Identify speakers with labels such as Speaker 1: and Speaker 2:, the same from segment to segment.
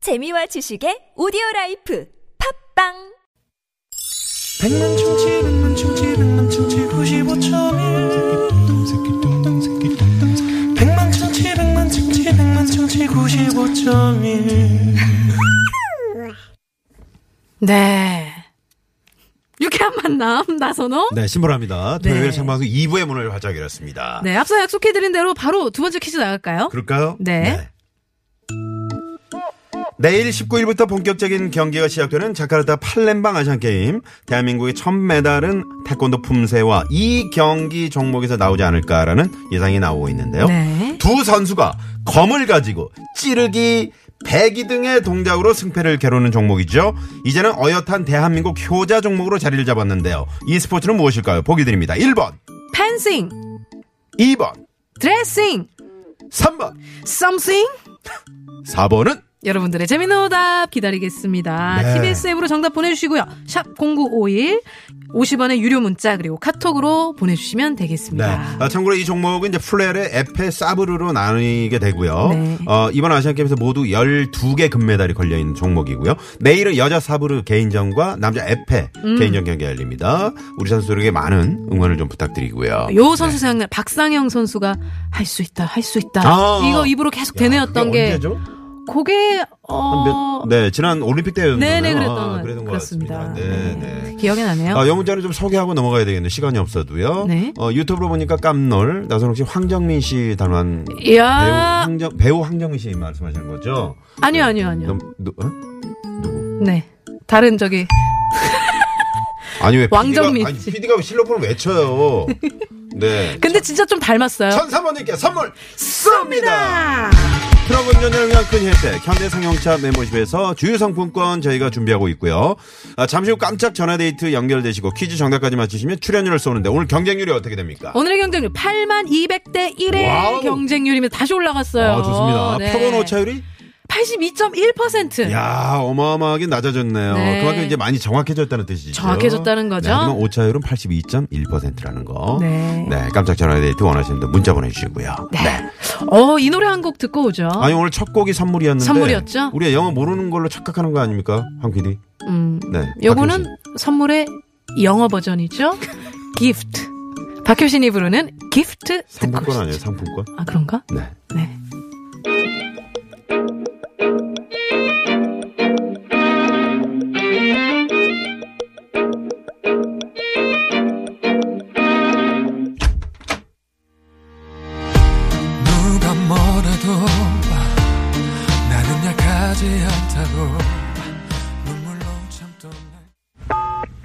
Speaker 1: 재미와 지식의 오디오 라이프 팝빵
Speaker 2: 백만 충치 백만 충치 백만 충치 구십오점일 백만 충치 백만 충치 백만 충치 구십오점일
Speaker 3: 네. 유쾌한 만남, 나선홍.
Speaker 4: 네, 신보라입니다.
Speaker 3: 네.
Speaker 4: 토요일 생방송 2부의 문을 활짝 열었습니다.
Speaker 3: 네, 앞서 약속해드린 대로 바로 두 번째 퀴즈 나갈까요?
Speaker 4: 그럴까요?
Speaker 3: 네.
Speaker 4: 내일 19일부터 본격적인 경기가 시작되는 자카르타 팔렘방 아시안게임. 대한민국의 첫 메달은 태권도 품새와 이 경기 종목에서 나오지 않을까라는 예상이 나오고 있는데요.
Speaker 3: 네.
Speaker 4: 두 선수가 검을 가지고 찌르기, 배기 등의 동작으로 승패를 겨루는 종목이죠. 이제는 어엿한 대한민국 효자 종목으로 자리를 잡았는데요. 이 스포츠는 무엇일까요? 보기 드립니다. 1번,
Speaker 3: 펜싱,
Speaker 4: 2번,
Speaker 3: 드레싱,
Speaker 4: 3번,
Speaker 3: 썸씽.
Speaker 4: 4번은
Speaker 3: 여러분들의 재밌는 오답 기다리겠습니다.
Speaker 4: 네.
Speaker 3: TBS 앱으로 정답 보내주시고요. 샵 0951, 50원의 유료 문자, 그리고 카톡으로 보내주시면
Speaker 4: 네.
Speaker 3: 되겠습니다.
Speaker 4: 아, 참고로 이 종목은 이제 플레레, 에페, 사브르로 나뉘게 되고요.
Speaker 3: 네.
Speaker 4: 어, 이번 아시안게임에서 모두 12개 금메달이 걸려있는 종목이고요. 내일은 여자 사브르 개인전과 남자 에페
Speaker 3: 음.
Speaker 4: 개인전 경기가 열립니다. 우리 선수들에게 많은 응원을 좀 부탁드리고요.
Speaker 3: 요 선수 생각나 박상영 선수가 할 수 있다, 할 수 있다.
Speaker 4: 아.
Speaker 3: 이거 입으로 계속 되뇌었던
Speaker 4: 그게
Speaker 3: 게,
Speaker 4: 언제죠?
Speaker 3: 그게, 어,
Speaker 4: 한 몇- 네, 지난 올림픽 때였나요? 아,
Speaker 3: 네네 그랬던
Speaker 4: 그랬던
Speaker 3: 것
Speaker 4: 것
Speaker 3: 같습니다.
Speaker 4: 같습니다. 네, 네.
Speaker 3: 기억이 나네요.
Speaker 4: 아, 영문자는 좀 소개하고 넘어가야 되겠네. 시간이 없어도요.
Speaker 3: 네.
Speaker 4: 어, 유튜브로 보니까 깜놀. 나선홍 씨, 황정민 씨 단원.
Speaker 3: 아.
Speaker 4: 배우
Speaker 3: 이야
Speaker 4: 황정, 배우 황정민 씨 말씀하시는 거죠?
Speaker 3: 아니요 아니요 아니요.
Speaker 4: 넘- 누, 어? 누구?
Speaker 3: 네 다른 저기
Speaker 4: 아니 왜
Speaker 3: 왕정민
Speaker 4: PD가, 아니
Speaker 3: 씨.
Speaker 4: PD가 실로폰을 외쳐요. 네.
Speaker 3: 근데 진짜 좀 닮았어요.
Speaker 4: 천사모님께 선물 쏩니다. 트럭 운전을 위한 큰 혜택 현대상용차 메모집에서 주유상품권 저희가 준비하고 있고요. 아, 잠시 후 깜짝 전화데이트 연결되시고 퀴즈 정답까지 맞히시면 출연료를 쏘는데 오늘 경쟁률이 어떻게 됩니까?
Speaker 3: 오늘의 경쟁률 8만 200대 1의
Speaker 4: 와우.
Speaker 3: 경쟁률이면 다시 올라갔어요.
Speaker 4: 아, 좋습니다.
Speaker 3: 네.
Speaker 4: 표본 오차율이?
Speaker 3: 82.1%.
Speaker 4: 야 어마어마하게 낮아졌네요.
Speaker 3: 네.
Speaker 4: 그만큼 이제 많이 정확해졌다는 뜻이죠.
Speaker 3: 정확해졌다는 거죠.
Speaker 4: 네, 하지만 오차율은 82.1%라는 거.
Speaker 3: 네.
Speaker 4: 네, 깜짝 전화데이트 원하시는 분 문자 보내주시고요. 네.
Speaker 3: 어, 이 노래 한 곡 듣고 오죠.
Speaker 4: 아니 오늘 첫 곡이 선물이었는데
Speaker 3: 선물이었죠?
Speaker 4: 우리가 영어 모르는 걸로 착각하는 거 아닙니까, 황 PD?
Speaker 3: 음,
Speaker 4: 네.
Speaker 3: 요거는
Speaker 4: 박효신.
Speaker 3: 선물의 영어 버전이죠. gift. 박효신이 부르는 gift 듣고
Speaker 4: 상품권
Speaker 3: 오시죠.
Speaker 4: 아니에요, 상품권?
Speaker 3: 아, 그런가?
Speaker 4: 네.
Speaker 3: 네.
Speaker 2: 누가 뭐래도 나는 약하지 않다고 눈물로 참던 날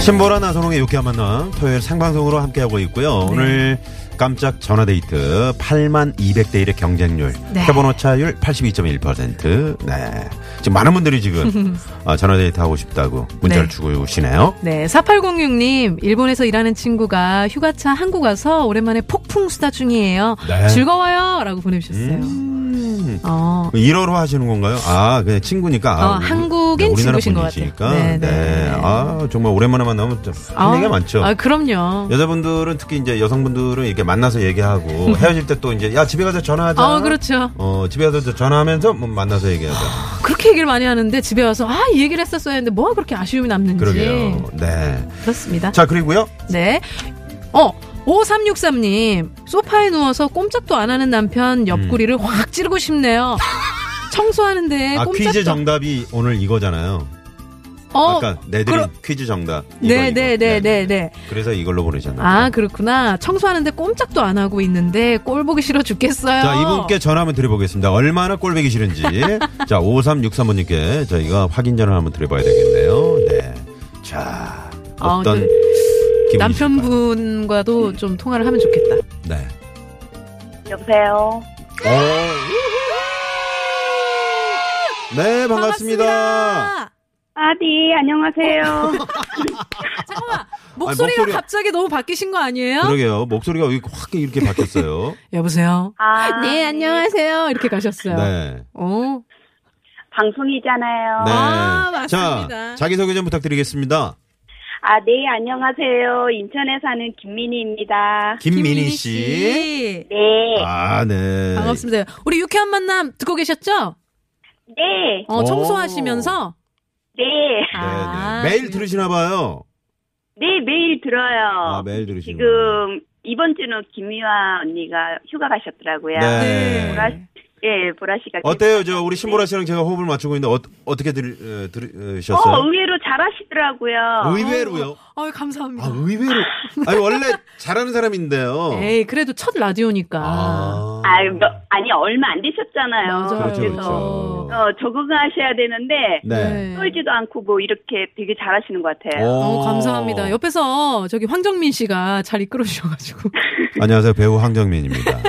Speaker 4: 신보라 나선홍의 유쾌한 만남 토요일 생방송으로 함께하고 있고요.
Speaker 3: 네.
Speaker 4: 오늘 깜짝 전화데이트 8만 200대 1의 경쟁률,
Speaker 3: 네.
Speaker 4: 표본 오차율 82.1%. 네. 지금 많은 분들이 지금 아, 전화데이트 하고 싶다고
Speaker 3: 네.
Speaker 4: 문자를 주고 오시네요.
Speaker 3: 네, 4806님, 일본에서 일하는 친구가 휴가차 한국 와서 오랜만에 폭풍 수다 중이에요.
Speaker 4: 네.
Speaker 3: 즐거워요! 라고 보내주셨어요.
Speaker 4: 음.
Speaker 3: 어.
Speaker 4: 일어로 하시는 건가요? 아, 그냥 친구니까. 아,
Speaker 3: 어,
Speaker 4: 우리-
Speaker 3: 한국인
Speaker 4: 우리나라
Speaker 3: 친구신 것
Speaker 4: 분이시니까.
Speaker 3: 같아요. 네,
Speaker 4: 네,
Speaker 3: 네, 네.
Speaker 4: 아, 정말 오랜만에 만나면 좀할
Speaker 3: 아,
Speaker 4: 얘기가 많죠.
Speaker 3: 아, 그럼요.
Speaker 4: 여자분들은 특히 이제 여성분들은 이렇게 만나서 얘기하고 헤어질 때 또 이제 야 집에 가서 전화하자.
Speaker 3: 어, 음. 그렇죠. 아,
Speaker 4: 어, 집에 가서 저 전화하면서 뭐 만나서 얘기하고.
Speaker 3: 그렇게 얘기를 많이 하는데 집에 와서, 아, 이 얘기를 했었어야 했는데 뭐가 그렇게 아쉬움이 남는지.
Speaker 4: 그러게요. 네.
Speaker 3: 그렇습니다.
Speaker 4: 자, 그리고요.
Speaker 3: 네. 어, 5363님. 소파에 누워서 꼼짝도 안 하는 남편 옆구리를 확 찌르고 싶네요. 청소하는데
Speaker 4: 음. 아,
Speaker 3: 네, 꼼짝도
Speaker 4: 퀴즈 정답이 오늘 이거잖아요.
Speaker 3: 어,
Speaker 4: 아까 내드린
Speaker 3: 그럼-
Speaker 4: 퀴즈 정답. 이거,
Speaker 3: 네,
Speaker 4: 이거.
Speaker 3: 네, 네, 네, 네.
Speaker 4: 그래서 이걸로 보내셨나요?
Speaker 3: 아, 그렇구나. 청소하는데 꼼짝도 안 하고 있는데 꼴 보기 싫어 죽겠어요.
Speaker 4: 자, 이분께 전화 한번 드려보겠습니다. 얼마나 꼴배기 싫은지. 자, 5363번님께 저희가 확인 전화 한번 드려봐야 되겠네요. 네. 자,
Speaker 3: 아,
Speaker 4: 어떤
Speaker 3: 그
Speaker 4: 기분이
Speaker 3: 남편분과도 좀 통화를 하면 좋겠다.
Speaker 4: 있을까요? 네.
Speaker 5: 여보세요.
Speaker 4: 어. 네, 반갑습니다.
Speaker 5: 아디 안녕하세요.
Speaker 3: 잠깐만. 목소리가
Speaker 4: 목소리가-
Speaker 3: 갑자기 너무 바뀌신 거 아니에요?
Speaker 4: 그러게요. 목소리가 왜 확 이렇게 바뀌었어요.
Speaker 3: 여보세요.
Speaker 5: 아,
Speaker 3: 네, 안녕하세요. 이렇게 가셨어요.
Speaker 4: 네.
Speaker 3: 어.
Speaker 5: 방송이잖아요.
Speaker 4: 네.
Speaker 3: 아, 맞습니다.
Speaker 4: 자, 자기소개 좀 부탁드리겠습니다.
Speaker 5: 아, 네, 안녕하세요. 인천에 사는 김민희입니다.
Speaker 4: 김민희 씨.
Speaker 5: 네.
Speaker 4: 아, 네.
Speaker 3: 반갑습니다. 우리 유쾌한 만남 듣고 계셨죠?
Speaker 5: 네.
Speaker 3: 어,
Speaker 4: 오.
Speaker 3: 청소하시면서.
Speaker 5: 네.
Speaker 4: 네,
Speaker 3: 아,
Speaker 4: 네. 매일 들으시나 봐요.
Speaker 5: 네, 매일 들어요.
Speaker 4: 아, 매일 들으시나
Speaker 5: 지금 이번 주는 김미화 언니가 휴가 가셨더라고요.
Speaker 4: 네.
Speaker 5: 보라, 예, 보라 씨가. 네.
Speaker 4: 어때요? 저 우리 신보라 씨랑 제가 호흡을 맞추고 있는데 어, 어떻게 들, 어, 들으셨어요?
Speaker 5: 어, 의외로 잘하시더라고요.
Speaker 4: 의외로요?
Speaker 3: 아유, 어, 감사합니다.
Speaker 4: 아, 의외로. 아니, 원래 잘하는 사람인데요.
Speaker 3: 에이, 그래도 첫 라디오니까.
Speaker 4: 아.
Speaker 5: 아유, 뭐, 아니, 얼마 안 되셨잖아요.
Speaker 3: 맞아요.
Speaker 4: 그렇죠,
Speaker 5: 그래서,
Speaker 4: 그렇죠.
Speaker 5: 어, 적응하셔야 되는데,
Speaker 4: 네.
Speaker 5: 떨지도 않고 뭐 이렇게 되게 잘하시는 것 같아요.
Speaker 3: 어, 감사합니다. 옆에서 저기 황정민 씨가 잘 이끌어 주셔가지고.
Speaker 4: 안녕하세요. 배우 황정민입니다.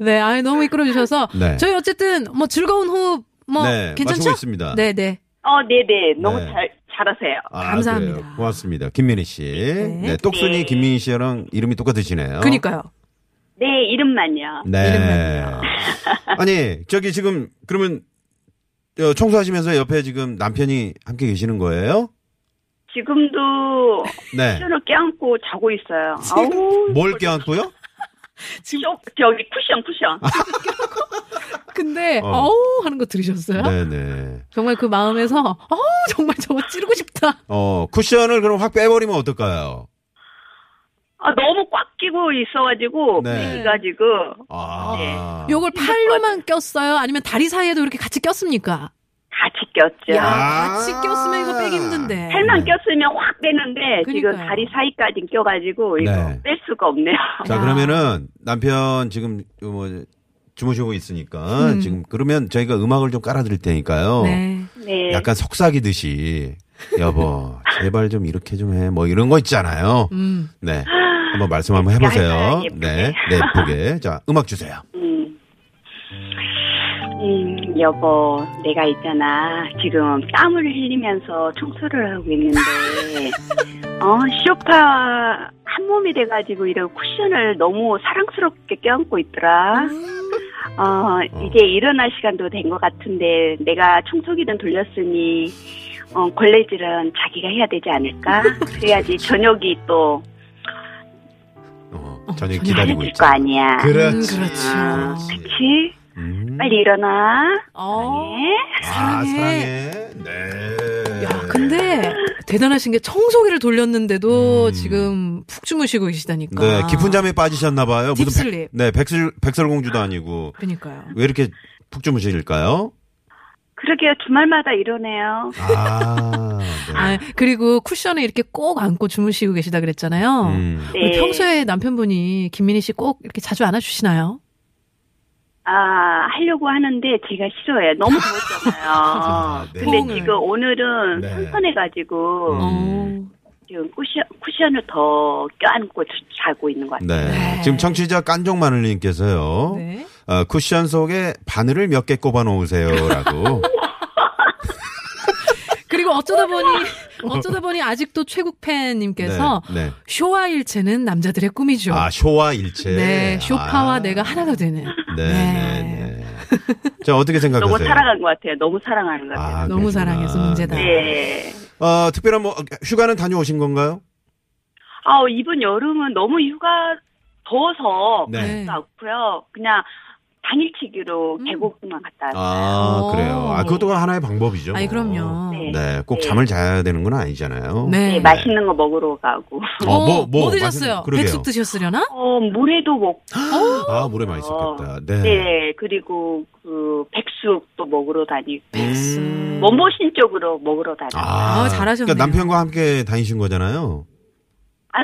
Speaker 3: 네, 아유, 너무 이끌어 주셔서.
Speaker 4: 네.
Speaker 3: 저희 어쨌든 뭐 즐거운 호흡 뭐
Speaker 4: 네,
Speaker 3: 괜찮죠?
Speaker 4: 맞추고 있습니다.
Speaker 3: 네네.
Speaker 5: 어, 네네. 너무
Speaker 4: 네.
Speaker 5: 잘, 잘하세요.
Speaker 4: 아,
Speaker 3: 감사합니다.
Speaker 4: 그래요. 고맙습니다. 김민희 씨. 네. 똑순이
Speaker 5: 네.
Speaker 4: 김민희 씨랑 이름이 똑같으시네요.
Speaker 3: 그니까요.
Speaker 5: 네, 이름만요.
Speaker 4: 네.
Speaker 3: 이름만요.
Speaker 4: 아니, 저기 지금 그러면 어, 청소하시면서 옆에 지금 남편이 함께 계시는 거예요?
Speaker 5: 지금도
Speaker 4: 네. 뭐
Speaker 5: 쿠션을 껴안고 자고 있어요. 아우,
Speaker 4: 뭘 껴안고요?
Speaker 5: 쇼, 저기 쿠션, 쿠션.
Speaker 4: 아.
Speaker 3: 근데
Speaker 4: 어.
Speaker 3: 어우 하는 거 들으셨어요?
Speaker 4: 네네.
Speaker 3: 정말 그 마음에서 어우 정말 저거 찌르고 싶다.
Speaker 4: 어, 쿠션을 그럼 확 빼버리면 어떨까요?
Speaker 5: 아, 너무 꽉 끼고 있어가지고,
Speaker 4: 네.
Speaker 5: 귀가 지금
Speaker 4: 아.
Speaker 3: 요걸 팔로만 꼈어요? 아니면 다리 사이에도 이렇게 같이 꼈습니까?
Speaker 5: 같이 꼈죠.
Speaker 3: 야,
Speaker 4: 아.
Speaker 3: 같이 꼈으면 이거 빼기 힘든데.
Speaker 4: 네.
Speaker 5: 팔만 꼈으면 확 빼는데, 지금
Speaker 3: 그러니까요.
Speaker 5: 다리 사이까지 껴가지고, 이거
Speaker 4: 네.
Speaker 5: 뺄 수가 없네요.
Speaker 3: 아.
Speaker 4: 자, 그러면은 남편 지금 뭐 주무시고 있으니까
Speaker 3: 음.
Speaker 4: 지금 그러면 저희가 음악을 좀 깔아드릴 테니까요.
Speaker 3: 네.
Speaker 5: 네.
Speaker 4: 약간 속삭이듯이 여보 제발 좀 이렇게 좀 해 뭐 이런 거 있잖아요.
Speaker 3: 음.
Speaker 4: 네. 한번 말씀 한번 해보세요.
Speaker 5: 얇아요, 예쁘게.
Speaker 4: 네. 네, 예쁘게. 자, 음악 주세요.
Speaker 5: 음. 음, 여보, 내가 있잖아. 지금 땀을 흘리면서 청소를 하고 있는데, 어, 쇼파 한 몸이 돼가지고 이런 쿠션을 너무 사랑스럽게 껴안고 있더라. 어, 이제 일어날 시간도 된 것 같은데, 내가 청소기는 돌렸으니, 어, 걸레질은 자기가 해야 되지 않을까? 그래야지 저녁이 또
Speaker 4: 어,
Speaker 3: 어,
Speaker 4: 저녁
Speaker 3: 저녁
Speaker 4: 기다리고
Speaker 5: 많아질 거
Speaker 4: 있죠. 그렇죠.
Speaker 5: 아니야.
Speaker 3: 음,
Speaker 4: 그렇지.
Speaker 3: 그렇죠. 그렇지.
Speaker 5: 아,
Speaker 4: 그렇지.
Speaker 5: 그치?
Speaker 4: 음.
Speaker 5: 빨리 일어나.
Speaker 3: 어.
Speaker 5: 네.
Speaker 4: 아,
Speaker 3: 사랑해.
Speaker 4: 사랑해. 네.
Speaker 3: 야, 근데 대단하신 게 청소기를 돌렸는데도
Speaker 4: 음.
Speaker 3: 지금 푹 주무시고 계시다니까.
Speaker 4: 네, 깊은 잠에 빠지셨나 봐요. 무슨 백-
Speaker 3: 아. 딥슬립.
Speaker 4: 네, 백설 백설공주도 아니고
Speaker 3: 그러니까요.
Speaker 4: 왜 이렇게 푹 주무실까요?
Speaker 5: 그러게요. 주말마다 이러네요.
Speaker 4: 어, 아. 네.
Speaker 3: 아, 그리고 쿠션에 이렇게 꼭 안고 주무시고 계시다 그랬잖아요.
Speaker 4: 음.
Speaker 3: 우리
Speaker 5: 네.
Speaker 3: 평소에 남편분이 김민희 씨 꼭 이렇게 자주 안아주시나요?
Speaker 5: 아, 하려고 하는데 제가 싫어해요. 너무
Speaker 4: 아,
Speaker 5: 더웠잖아요.
Speaker 4: 네.
Speaker 5: 근데
Speaker 3: 뽕을.
Speaker 5: 지금 오늘은
Speaker 4: 네.
Speaker 5: 선선해가지고
Speaker 4: 음.
Speaker 5: 지금 쿠션, 쿠션을 더 껴안고 주- 자고 있는 것 같아요.
Speaker 4: 네.
Speaker 3: 네.
Speaker 4: 지금 청취자 깐종 마늘님께서요.
Speaker 3: 네.
Speaker 4: 어, 쿠션 속에 바늘을 몇 개 꼽아 놓으세요라고.
Speaker 3: 그리고 어쩌다 보니 어쩌다 보니 아직도 최국팬님께서
Speaker 4: 네. 네.
Speaker 3: 쇼와 일체는 남자들의 꿈이죠.
Speaker 4: 아 쇼와 일체.
Speaker 3: 네, 쇼파와
Speaker 4: 아.
Speaker 3: 내가 하나가 되는.
Speaker 4: 네. 네. 네. 자 어떻게 생각하세요?
Speaker 5: 너무 사랑한 것 같아요. 너무 사랑하는 것 같아요.
Speaker 4: 음, 아,
Speaker 3: 너무
Speaker 4: 그러시구나.
Speaker 3: 사랑해서 문제다.
Speaker 4: 네.
Speaker 5: 네.
Speaker 4: 어 특별한 뭐 휴가는 다녀오신 건가요?
Speaker 5: 아, 이번 여름은 너무 휴가 더워서
Speaker 3: 네.
Speaker 5: 갔고요. 그냥 당일치기로
Speaker 3: 음.
Speaker 5: 계곡만 갔다 왔어요.
Speaker 4: 아
Speaker 3: 오.
Speaker 4: 그래요. 아 그것도 하나의 방법이죠.
Speaker 3: 아니 그럼요.
Speaker 5: 네.
Speaker 4: 네, 꼭 잠을 자야 되는 건 아니잖아요.
Speaker 5: 네,
Speaker 3: 네.
Speaker 5: 맛있는 거 먹으러 가고.
Speaker 4: 어, 뭐, 뭐,
Speaker 3: 뭐,
Speaker 4: 맛있는-
Speaker 3: 드셨어요?
Speaker 4: 그러게요.
Speaker 3: 백숙 드셨으려나?
Speaker 5: 어, 모래도 먹고.
Speaker 3: 어?
Speaker 4: 아 물에 많이 있었겠다. 네.
Speaker 5: 네, 그리고 그 백숙도 먹으러 다니고
Speaker 3: 백숙.
Speaker 5: 원보신 쪽으로 먹으러 다니고. 아,
Speaker 4: 아,
Speaker 3: 아, 잘하셨네요.
Speaker 4: 그러니까 남편과 함께 다니신 거잖아요.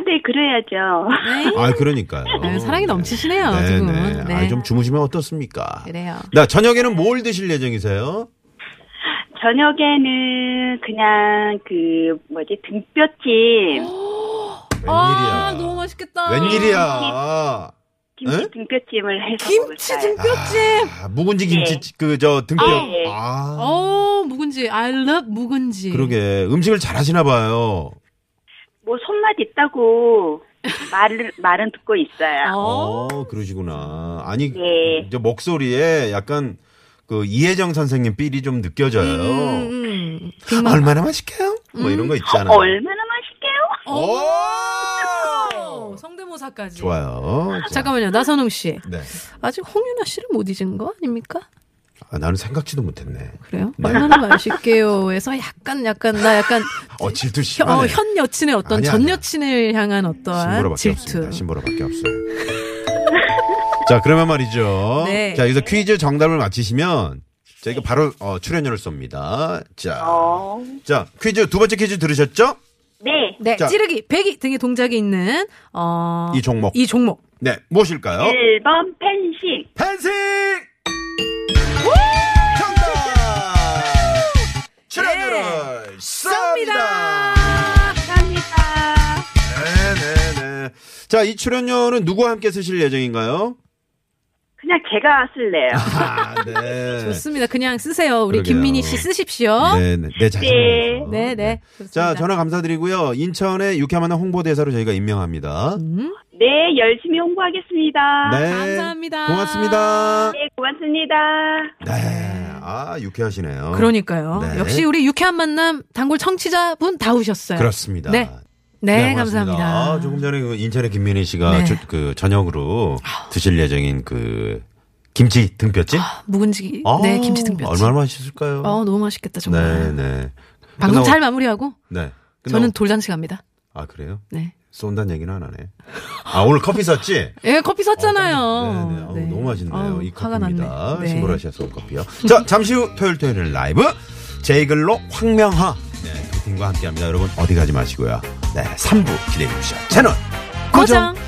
Speaker 5: 네, 그래야죠.
Speaker 3: 네.
Speaker 4: 아 그러니까요.
Speaker 3: 네, 사랑이 넘치시네요,
Speaker 4: 네,
Speaker 3: 두 분.
Speaker 4: 네.
Speaker 3: 네.
Speaker 4: 아, 좀 주무시면 어떻습니까?
Speaker 3: 그래요.
Speaker 4: 나 저녁에는 뭘 드실 예정이세요?
Speaker 5: 저녁에는 그냥 그 뭐지 등뼈찜,
Speaker 4: 웬일이야?
Speaker 3: 아, 너무 맛있겠다.
Speaker 4: 웬일이야?
Speaker 5: 김치
Speaker 4: 에?
Speaker 5: 등뼈찜을 해서
Speaker 3: 김치
Speaker 5: 먹을까요?
Speaker 3: 등뼈찜.
Speaker 4: 아, 묵은지 김치 그 저 등뼈.
Speaker 5: 네.
Speaker 4: 아.
Speaker 3: 어, 예. 묵은지. I love 묵은지.
Speaker 4: 그러게 음식을 잘하시나 봐요.
Speaker 5: 뭐 손맛 있다고 말을 말은 듣고 있어요.
Speaker 3: 어.
Speaker 4: 어, 그러시구나. 아니
Speaker 5: 네.
Speaker 4: 저 목소리에 약간 그 이혜정 선생님 삘이 좀 느껴져요. 아,
Speaker 3: 음, 어, 음, 음. 빅마마.
Speaker 4: 얼마나 맛있게요? 뭐 이런 거 있잖아요. 어!
Speaker 5: 얼마나 맛있게요?
Speaker 4: 오!
Speaker 3: 오, 어, 성대모사까지.
Speaker 4: 좋아요. 자,
Speaker 3: 잠깐만요, 나선홍 씨.
Speaker 4: 네.
Speaker 3: 아직 홍윤아 씨를 못 잊은 거 아닙니까?
Speaker 4: 아, 나는 생각지도 못했네.
Speaker 3: 그래요?
Speaker 4: 네.
Speaker 3: 얼마나 맛있게요에서 약간 약간 나 약간
Speaker 4: 어, 질투
Speaker 3: 현, 어,
Speaker 4: 심하네.
Speaker 3: 현 여친의 어떤
Speaker 4: 아니야,
Speaker 3: 전
Speaker 4: 아니야.
Speaker 3: 여친을 향한 어떠한
Speaker 4: 심보라밖에
Speaker 3: 질투.
Speaker 4: 없습니다. 심보라밖에 없어요. 자, 그러면 말이죠.
Speaker 3: 네.
Speaker 4: 자, 여기서 퀴즈 정답을 맞히시면 저희가 바로 어, 출연료를 쏩니다. 자,
Speaker 5: 어,
Speaker 4: 자 퀴즈 두 번째 퀴즈 들으셨죠?
Speaker 5: 네.
Speaker 3: 네,
Speaker 4: 자.
Speaker 3: 찌르기, 베기 등의 동작이 있는 어,
Speaker 4: 이 종목.
Speaker 3: 이 종목.
Speaker 4: 네, 무엇일까요?
Speaker 3: 예.
Speaker 5: 1번 펜싱.
Speaker 4: 펜싱! 정답!
Speaker 3: 네.
Speaker 4: 출연료를 쏩니다!
Speaker 5: 감사합니다.
Speaker 4: 네, 네네네. 자, 이 출연료는 누구와 함께 쓰실 예정인가요?
Speaker 5: 그냥 제가 쓸래요.
Speaker 4: 아, 네.
Speaker 3: 좋습니다. 그냥 쓰세요. 우리
Speaker 4: 그러게요.
Speaker 3: 김민희 씨 쓰십시오.
Speaker 4: 네네. 내 자신을. 위해서.
Speaker 3: 네, 네.
Speaker 4: 어, 자,
Speaker 3: 좋습니다.
Speaker 4: 전화 감사드리고요. 인천의 유쾌한 만남 홍보대사로 저희가 임명합니다.
Speaker 5: 네, 열심히 홍보하겠습니다.
Speaker 3: 음,
Speaker 4: 네.
Speaker 3: 아, 감사합니다.
Speaker 4: 고맙습니다.
Speaker 5: 네, 고맙습니다.
Speaker 4: 네. 아, 유쾌하시네요.
Speaker 3: 그러니까요.
Speaker 4: 네.
Speaker 3: 역시 우리 유쾌한 만남 단골 청취자분 다 오셨어요.
Speaker 4: 그렇습니다.
Speaker 3: 네. 네,
Speaker 4: 고맙습니다.
Speaker 3: 감사합니다.
Speaker 4: 아, 조금 전에 그 인천의 김민희 씨가
Speaker 3: 네.
Speaker 4: 주- 그 저녁으로 드실 예정인 그 김치 등뼈찜?
Speaker 3: 묵은지.
Speaker 4: 아,
Speaker 3: 네, 김치 등뼈.
Speaker 4: 얼마나 맛있을까요?
Speaker 3: 어, 너무 맛있겠다,
Speaker 4: 네,
Speaker 3: 정말.
Speaker 4: 네.
Speaker 3: 방송
Speaker 4: 끝나고-
Speaker 3: 잘 마무리하고
Speaker 4: 네. 끝나고-
Speaker 3: 저는 돌잔치 갑니다.
Speaker 4: 아, 그래요?
Speaker 3: 네.
Speaker 4: 쏜다는 얘기는 안 하네. 아, 오늘 커피 샀지?
Speaker 3: 예, 커피 샀잖아요.
Speaker 4: 어, 네, 네. 어우,
Speaker 3: 네.
Speaker 4: 너무 맛있네요.
Speaker 3: 아우,
Speaker 4: 이
Speaker 3: 화가
Speaker 4: 커피입니다.
Speaker 3: 났네. 네.
Speaker 4: 신보라시아 쏜 커피요. 자, 잠시 후 토요일 토요일 라이브 제이글로 황명하 네, 두 팀과 함께합니다. 여러분 어디 가지 마시고요. 네, 3부 기대해 주십시오. 채널 고정.
Speaker 3: 고정.